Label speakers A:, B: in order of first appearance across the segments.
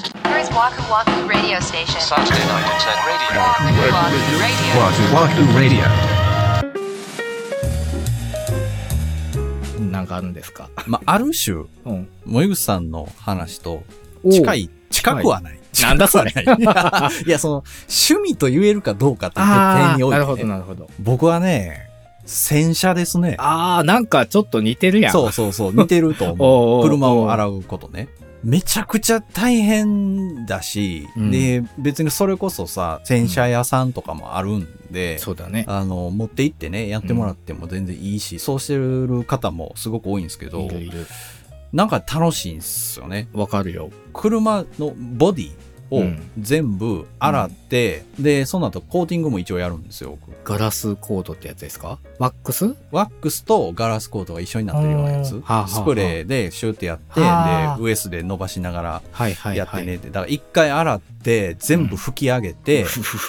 A: Waku Waku Radio Station.
B: Saturday night at 10 radio.
A: Waku Waku
C: Wahoo Wahoo
A: Radio.
C: Radio.
D: なんかあるんですか。
E: まあ、ある種、
D: うん。
E: 森口さんの話と
D: おう
E: 近い、近くはない。
D: なんだそれ
E: 近くはない いや、その、趣味と言えるかどうかっていう点におい
D: な
E: て、
D: るほど、なるほど。
E: 僕はね、洗車ですね。
D: ああ、なんかちょっと似てるやん。
E: そうそうそう、似てると
D: おうおう
E: 思
D: お
E: う。
D: う
E: 車を洗うことね。めちゃくちゃ大変だし、
D: うん
E: で、別にそれこそさ、洗車屋さんとかもあるんで、
D: そうだね。
E: あの、持って行ってね、やってもらっても全然いいし、そうしてる方もすごく多いんですけど
D: い、るいる。
E: なんか楽しいんですよね。
D: わかるよ。
E: 車のボディ
D: う
E: を
D: ん
E: 全部洗って、で、その後コーティングも一応やるんですよ、僕
D: ガラスコードってやつですかワックス
E: ワックスとガラスコートが一緒になってるようなや
D: う
E: つ
D: んはあはあ。
E: スプレーでシューってやって、で
D: はあ、
E: ウエスで伸ばしながら
D: はいはいはい。
E: やってねって。だから一回洗って、全部拭き上げて、
D: う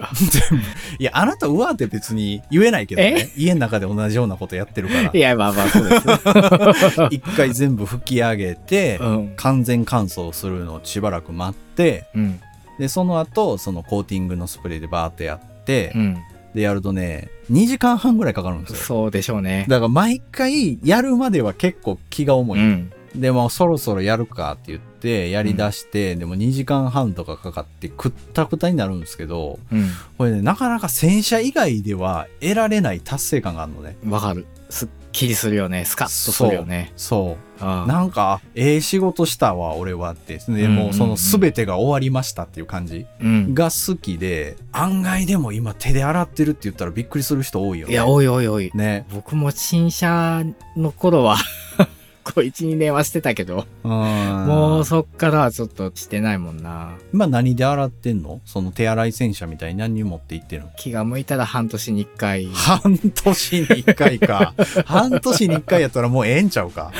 D: わ。
E: 全部。いや、あなたうわって別に言えないけどね。家の中で同じようなことやってるか
D: いや、まあまあ、そうです。
E: ら。一回全部拭き上げて、
D: うん。
E: 完全乾燥するのをしばらく待って、
D: うん。
E: でその後そのコーティングのスプレーでバーってやって、
D: うん。
E: でやるとね2時間半ぐらいかかるんですよ
D: そうでしょうね。
E: だから毎回やるまでは結構気が重
D: う
E: い、
D: ん。
E: でもそろそろやるかって言ってやりだして、でも2時間半とかかかってくったくたになるんですけど
D: う
E: これねなかなか洗車以外では得られない達成感があるのね
D: ん。わかる。すっきりするよね。スカッとするよね。
E: そう
D: ああ
E: なんかええ仕事したわ俺はってで
D: うんうん
E: も
D: う
E: うんその全てが終わりましたっていう感じ、
D: うん。
E: が好きで、案外でも今手で洗ってるって言ったらびっくりする人多いよね。
D: いや、おいおいおい。
E: ね。
D: 僕も新車の頃は、 こう、1、2年はしてたけど、
E: うん。
D: もうそっからはちょっとしてないもんな。
E: 今何で洗ってんのその手洗い洗車みたいに何に持って行ってるの
D: 気が向いたら半年に1回。
E: 半年に一 回か。半年に一回やったらもうええんちゃうか。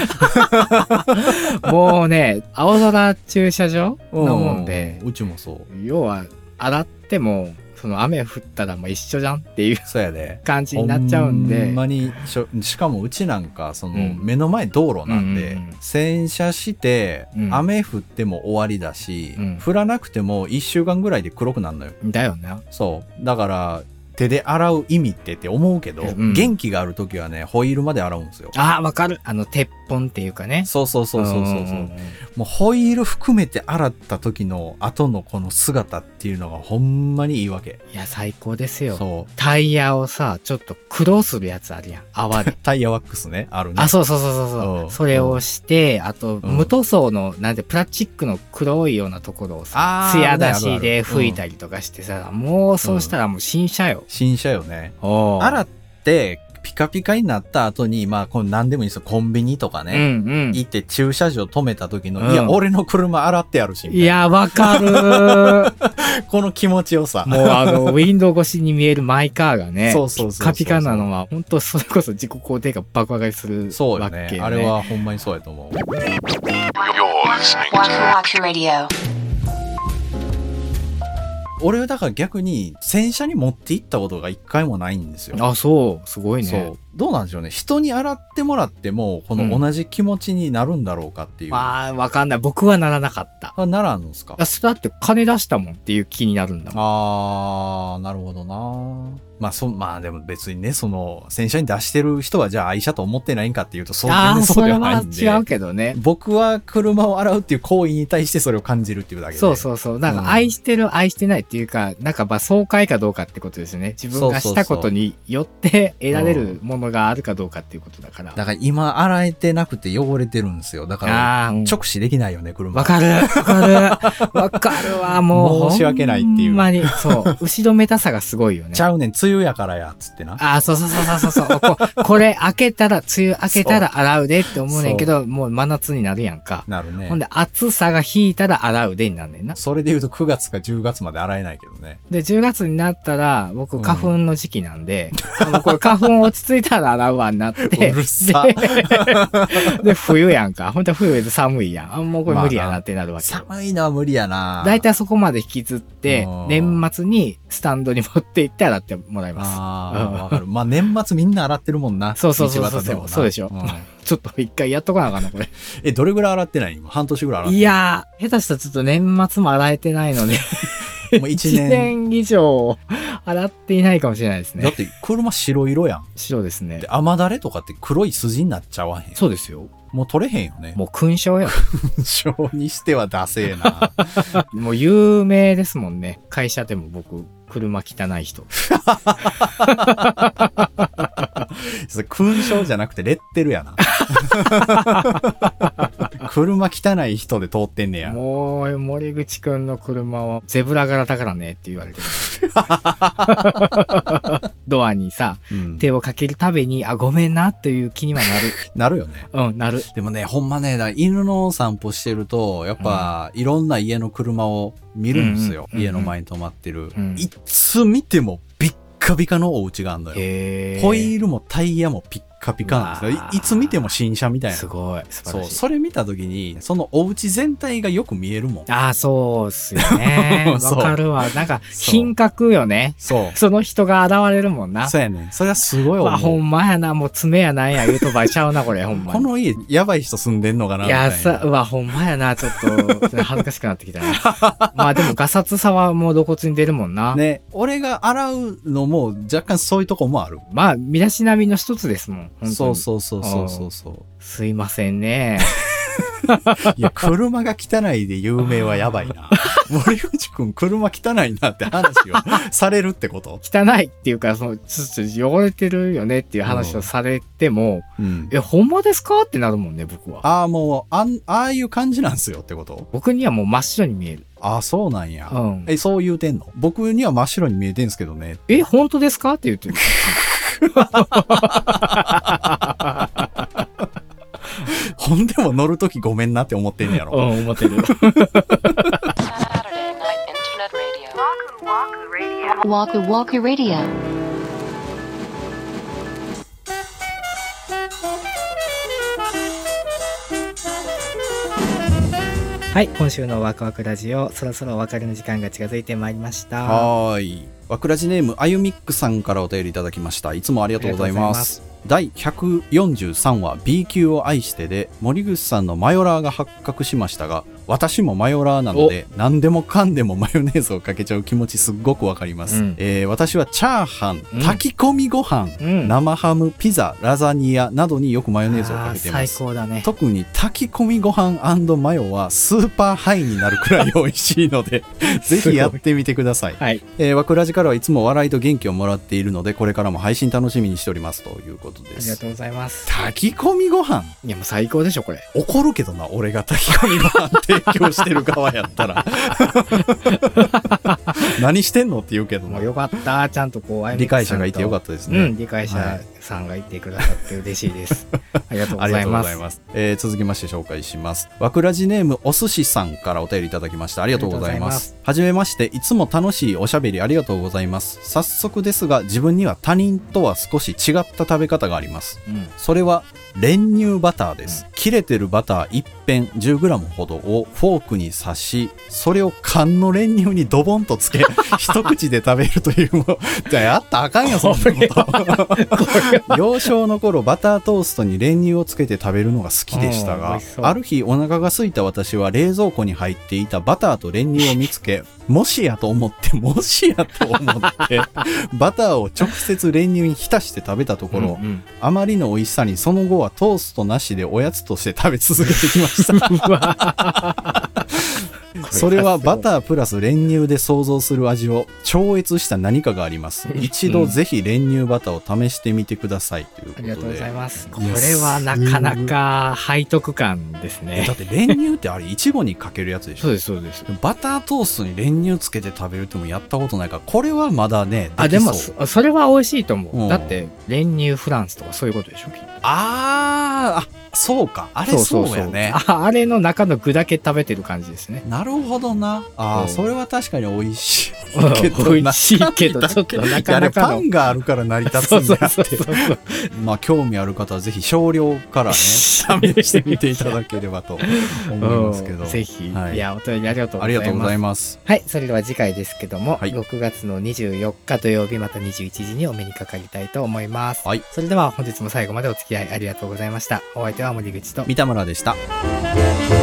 D: もうね、青空駐車場のもんで
E: う、んうちもそう。
D: 要は、洗っても、その雨降ったらもう一緒じゃんっていう
E: そうやで。
D: 感じになっちゃうん
E: ほ
D: で
E: ん。まにしょしかもうちなんかその
D: うん
E: 目の前道路なんで、
D: うんうんうん
E: 洗車して
D: うん
E: 雨降っても終わりだし、
D: うん
E: 降らなくても1週間ぐらいで黒くなるのよ
D: だよな。
E: そう。だから、手で洗う意味ってって思うけど、
D: うん
E: 元気がある時はね、ホイールまで洗うんですよ。
D: ああ、わかる。あの、鉄本っていうかね。
E: そうそうそうそうそう。うん
D: んん
E: もうホイール含めて洗った時の後のこの姿っていうのがほんまにいいわけ。
D: いや、最高ですよ。
E: そう。
D: タイヤをさ、ちょっと苦労するやつあるやん。泡で。
E: タイヤワックスね、あるね。
D: あ、そうそうそうそうそうう。
E: ん
D: それをして、あと、
E: うん
D: 無塗装の、なんて、プラスチックの黒いようなところをさ
E: あ、ー
D: 艶出しで
E: あるある
D: 拭いたりとかしてさ、もうそうしたらもう新車よ。
E: 新車よね。
D: お
E: 洗って、ピカピカになった後に、まあ、この何でもいいんですよ。コンビニとか
D: う
E: ね。
D: んうん。い
E: 行って駐車場止めた時の、
D: うん
E: いや、俺の車洗ってやるし、みたい
D: や、わか る。
E: なこの気持ちよさ。
D: もうあの、ウィンドウ越しに見えるマイカーがね、
E: そうそうそうそう
D: ピッカピカなのは、本当それこそ自己肯定感爆上がりする
E: そう
D: わ
E: よ
D: け
E: ね
D: よね。
E: あれはほんまにそうやと思う。
B: You're listening
A: Waku
B: to
A: Waku Radio.
E: 俺はだから逆に洗車に持って行ったことが一回もないんですよ。
D: あ、そう、すごいね。
E: そうどうなんでしょうね人に洗ってもらってもこ
D: う
E: の
D: ん
E: 同じ気持ちになるんだろうかっていう、あ
D: まあ、わかんない。僕はならなかった。
E: ならんのですか
D: あそれだって金出したもんっていう気になるんだもん。
E: あーなるほどなまあそまあでも別にねその洗車に出してる人はじゃあ愛車と思ってないんかっていうとそう
D: ああ
E: 全
D: ー、
E: 然そ
D: そう
E: で
D: れ
E: はな
D: はい
E: ん
D: 違う
E: で
D: けどね。
E: 僕は車を洗うっていう行為に対してそれを感じるっていうだけで
D: そうそうそう。なん
E: うん
D: か愛してる、愛してないっていうか、なんかまあ爽快かどうかってことですよね。自分が
E: そうそうそう
D: したことによって得られるものがあるかどうかっていうことだから。
E: だから今洗えてなくて汚れてるんですよだから
D: ああー、うん
E: 直視できないよね車
D: わかる、わ かる、わかるわ、もう。
E: 申し訳ないっていう
D: ほんまに、そう。後ろめたさがすごいよね
E: ち。ゃうねん、梅雨やからや、つってな。
D: ああ、そうそうそうそうそう こ。これ開けたら、梅雨開けたら洗うでって思うねんけど、もう真夏になるやんか。
E: なるね
D: ほん。で、暑さが引いたら洗うでになんねんな。
E: それで言うと9月か10月まで洗えないけどね。
D: で、10月になったら、僕、
E: うん
D: 花粉の時期なんで、あのこれ花粉落ち着いた皿洗うわになって。
E: うるさ
D: でで、冬やんか。本当は冬で寒いやん。あもうこれ無理やなってなるわけ。
E: 寒いのは無理やな。
D: 大体そこまで引きずって
E: うん、
D: 年末にスタンドに持って行って洗ってもらいま
E: あ
D: うん
E: あ、わかる。まあ年末みんな洗ってるもんな。
D: そうそうそうそう
E: 道端でもな
D: そうでしょ
E: ん
D: す。ちょっと一回やっとかなあかんな、こ れ。
E: え、どれぐらい洗ってない今半年ぐらい洗っ
D: いやー、下手したらちょっと年末も洗えてないので、
E: てもう 一
D: 1
E: 年。
D: 年以上洗っていないかもしれないです
E: だっ
D: ね。
E: て車白色やん。
D: 白ですね
E: で、。雨だれとかって黒い筋になっちゃわへん。
D: そうですよ。
E: もう取れへんよね。
D: もう勲章や。
E: 勲章にしてはダ セえな。
D: もう有名ですもんね。会社でも僕、車汚い人。
E: それ勲章じゃなくてレッテル やな。車汚い人で通ってんねや。
D: もう、森口くんの車はゼブラ柄だからねって言わ れてる。ドアにさ、
E: うん
D: 手をかけるたびに、あ、ごめんなという気には
E: なるよ ね。
D: なる。うん、なる。
E: でもね、ほんまね、だから犬の散歩してると、やっぱ、いろんな家の車を見るんです
D: うんうん
E: よ。家の前に止まってる。
D: うん
E: いつ見ても、ビッカビカのお家があるのよ。
D: へ
E: ホイールもタイヤもピッカピカなんです
D: う
E: よ
D: わ。
E: いいつ見ても新車みたいな。
D: すごい。素晴
E: そう、
D: らしい。
E: それ見た時に、そのお家全体がよく見えるもん。。
D: ああ、そうっすよねわ
E: そう
D: かるわ。なんか、
E: そう
D: 品格よね。
E: そう。
D: その人が現れるもんな。
E: そうやねん。それはすごい
D: わ、
E: 思
D: ほ
E: う。
D: んまやな。もう爪やなんや言うとばいちゃうな、これ。ほんま
E: こ
D: に。
E: の家、やばい人住んでんのかなみ
D: い
E: た
D: や
E: いな。
D: さ、うわ、ほんまやな、ちょっと、 恥ずかしくなってきたな。まあでも、ガサツさはもう露骨に出るもんな。
E: ね、俺が洗うのも若干そういうとこもある。
D: まあ、身だしなみの一つですもん。本当に
E: そうそうそうそうそうそう。
D: すいませんね。
E: いや、車が汚いで有名はやばい な。森口くん、車汚いなって話をされるってこと
D: 汚いっていうか、その、ちょっと汚れてるよねっていう話をされても、
E: うん。
D: え、ほんまですかってなるもんね、僕は。
E: ああ、もう、あん、ああいう感じなんすよってこと
D: 僕にはもう真っ白に見える。
E: ああ、そうなんや。
D: うん
E: え、そう言うてんの僕には真っ白に見えてんすけどね。
D: え、本当ですかって言ってる。
E: ほんでも乗るときごめんなって思ってんねや
D: う
E: ろ。
D: ん、思ってる。
A: Saturday Night Internet Radio. Waku Waku Radio. Waku Waku Radio.
D: はい、今週のワクワクラジオ、そろそろお別れの時間が近づいてまいりました。
E: はーい。わくらじネーム、あゆみっくさんからお便りいただきました。いつもありがとうございます。第143話 B 級を愛してで森口さんのマヨラーが発覚しましたが私もマヨラーなので何でもかんでもマヨネーズをかけちゃう気持ちすっごくわかります、
D: うん
E: えー私はチャーハン
D: うん
E: 炊き込みご飯、
D: うん
E: 生ハムピザラザニアなどによくマヨネーズをかけてい
D: あー
E: ま
D: 最
E: す
D: 高だね。
E: 特に炊き込みご飯マヨはスーパーハイになるくらい美味しいの でぜひやってみてください
D: はい。
E: えー、わくらじからはいつも笑いと元気をもらっているのでこれからも配信楽しみにしておりますということ
D: あ
E: で
D: りが
E: す
D: とうございます。
E: 炊き込みご飯
D: いや、もう最高でしょ、これ。
E: 怒るけどな俺が炊き込みご飯提供してる側やった ら何してんのって言うけど
D: も
E: な
D: うよかった。ちゃんとこう、
E: 理解者がいてよか
D: っ
E: ったです
D: た
E: ね、
D: うん、理解者さんがいてくださって嬉しい です。ありがとうご
E: あり
D: ざい
E: がとうご
D: ま
E: ざい
D: す。
E: ます、えー続きまして紹介しますわくらじネームお寿司さんからお便りいただきましたありがとうございますはじめましていつも楽しいおしゃべりありがとうございます早速ですが自分には他人とは少し違った食べ方があります
D: うん。
E: それは練乳バターです、切れてるバター一片 10g ほどをフォークに刺しそれを缶の練乳にドボンとつけ 一口で食べるというものじゃあやったらあかんよそんなこと幼少の頃バタートーストに練乳をつけて食べるのが好きでし
D: う
E: た
D: ん美
E: が
D: 味しそう
E: ある日お腹が空いた私は冷蔵庫に入っていたバターと練乳を見つけもしやと思ってもしやと思ってバターを直接練乳に浸して食べたところ、
D: うんうん
E: あまりの美味しさにその後はトーストなしでおやつとして食べ続けてき ましたそれはバタープラス練乳で想像する味を超越した何かがあります一度ぜひ練乳バターを試してみてくださいというこ
D: あ
E: と
D: り
E: で
D: がとうございます。こ
E: いや
D: れはなかなか背徳感です
E: えだ
D: ね。
E: って練乳ってあれいちごにかけるやつでし
D: そう
E: ょ
D: です、そうです。
E: バタートーストに練乳つけて食べるってもやったことないからこれはまだね
D: あ、で
E: できそう
D: も、そそれは美味しいと思
E: うん
D: う。だって、練乳フランスとかそういうことでしょ、きっと
E: あーあそうか。あれそうやね。
D: ああれの中の具だけ食べてる感じです ね。
E: なるほどな。ああ、それは確かに美味しいけ ど。
D: 美味しい けど、
E: 中
D: ちょっ
E: 身
D: とな
E: だけ
D: い
E: や
D: か
E: あれ
D: な
E: パ
D: かの
E: ン。があるから成り立つ
D: そうんそう
E: だっ
D: そう
E: て。
D: そう。
E: まあ、興味ある方はぜひ少量からね、試してみていただければと思いますけど
D: うん。 ぜひ、
E: はい
D: い、や、お便りありがとうご
E: あ
D: ざい
E: りが
D: ます。
E: とうございます。
D: はい、それでは次回ですけども、
E: はい
D: 6月の24日土曜日また21時にお目にかかりたいと思います。
E: はい
D: それでは本日も最後までお付き合いありがとうございました。お相手は森口と
E: 三田村でした。
A: 「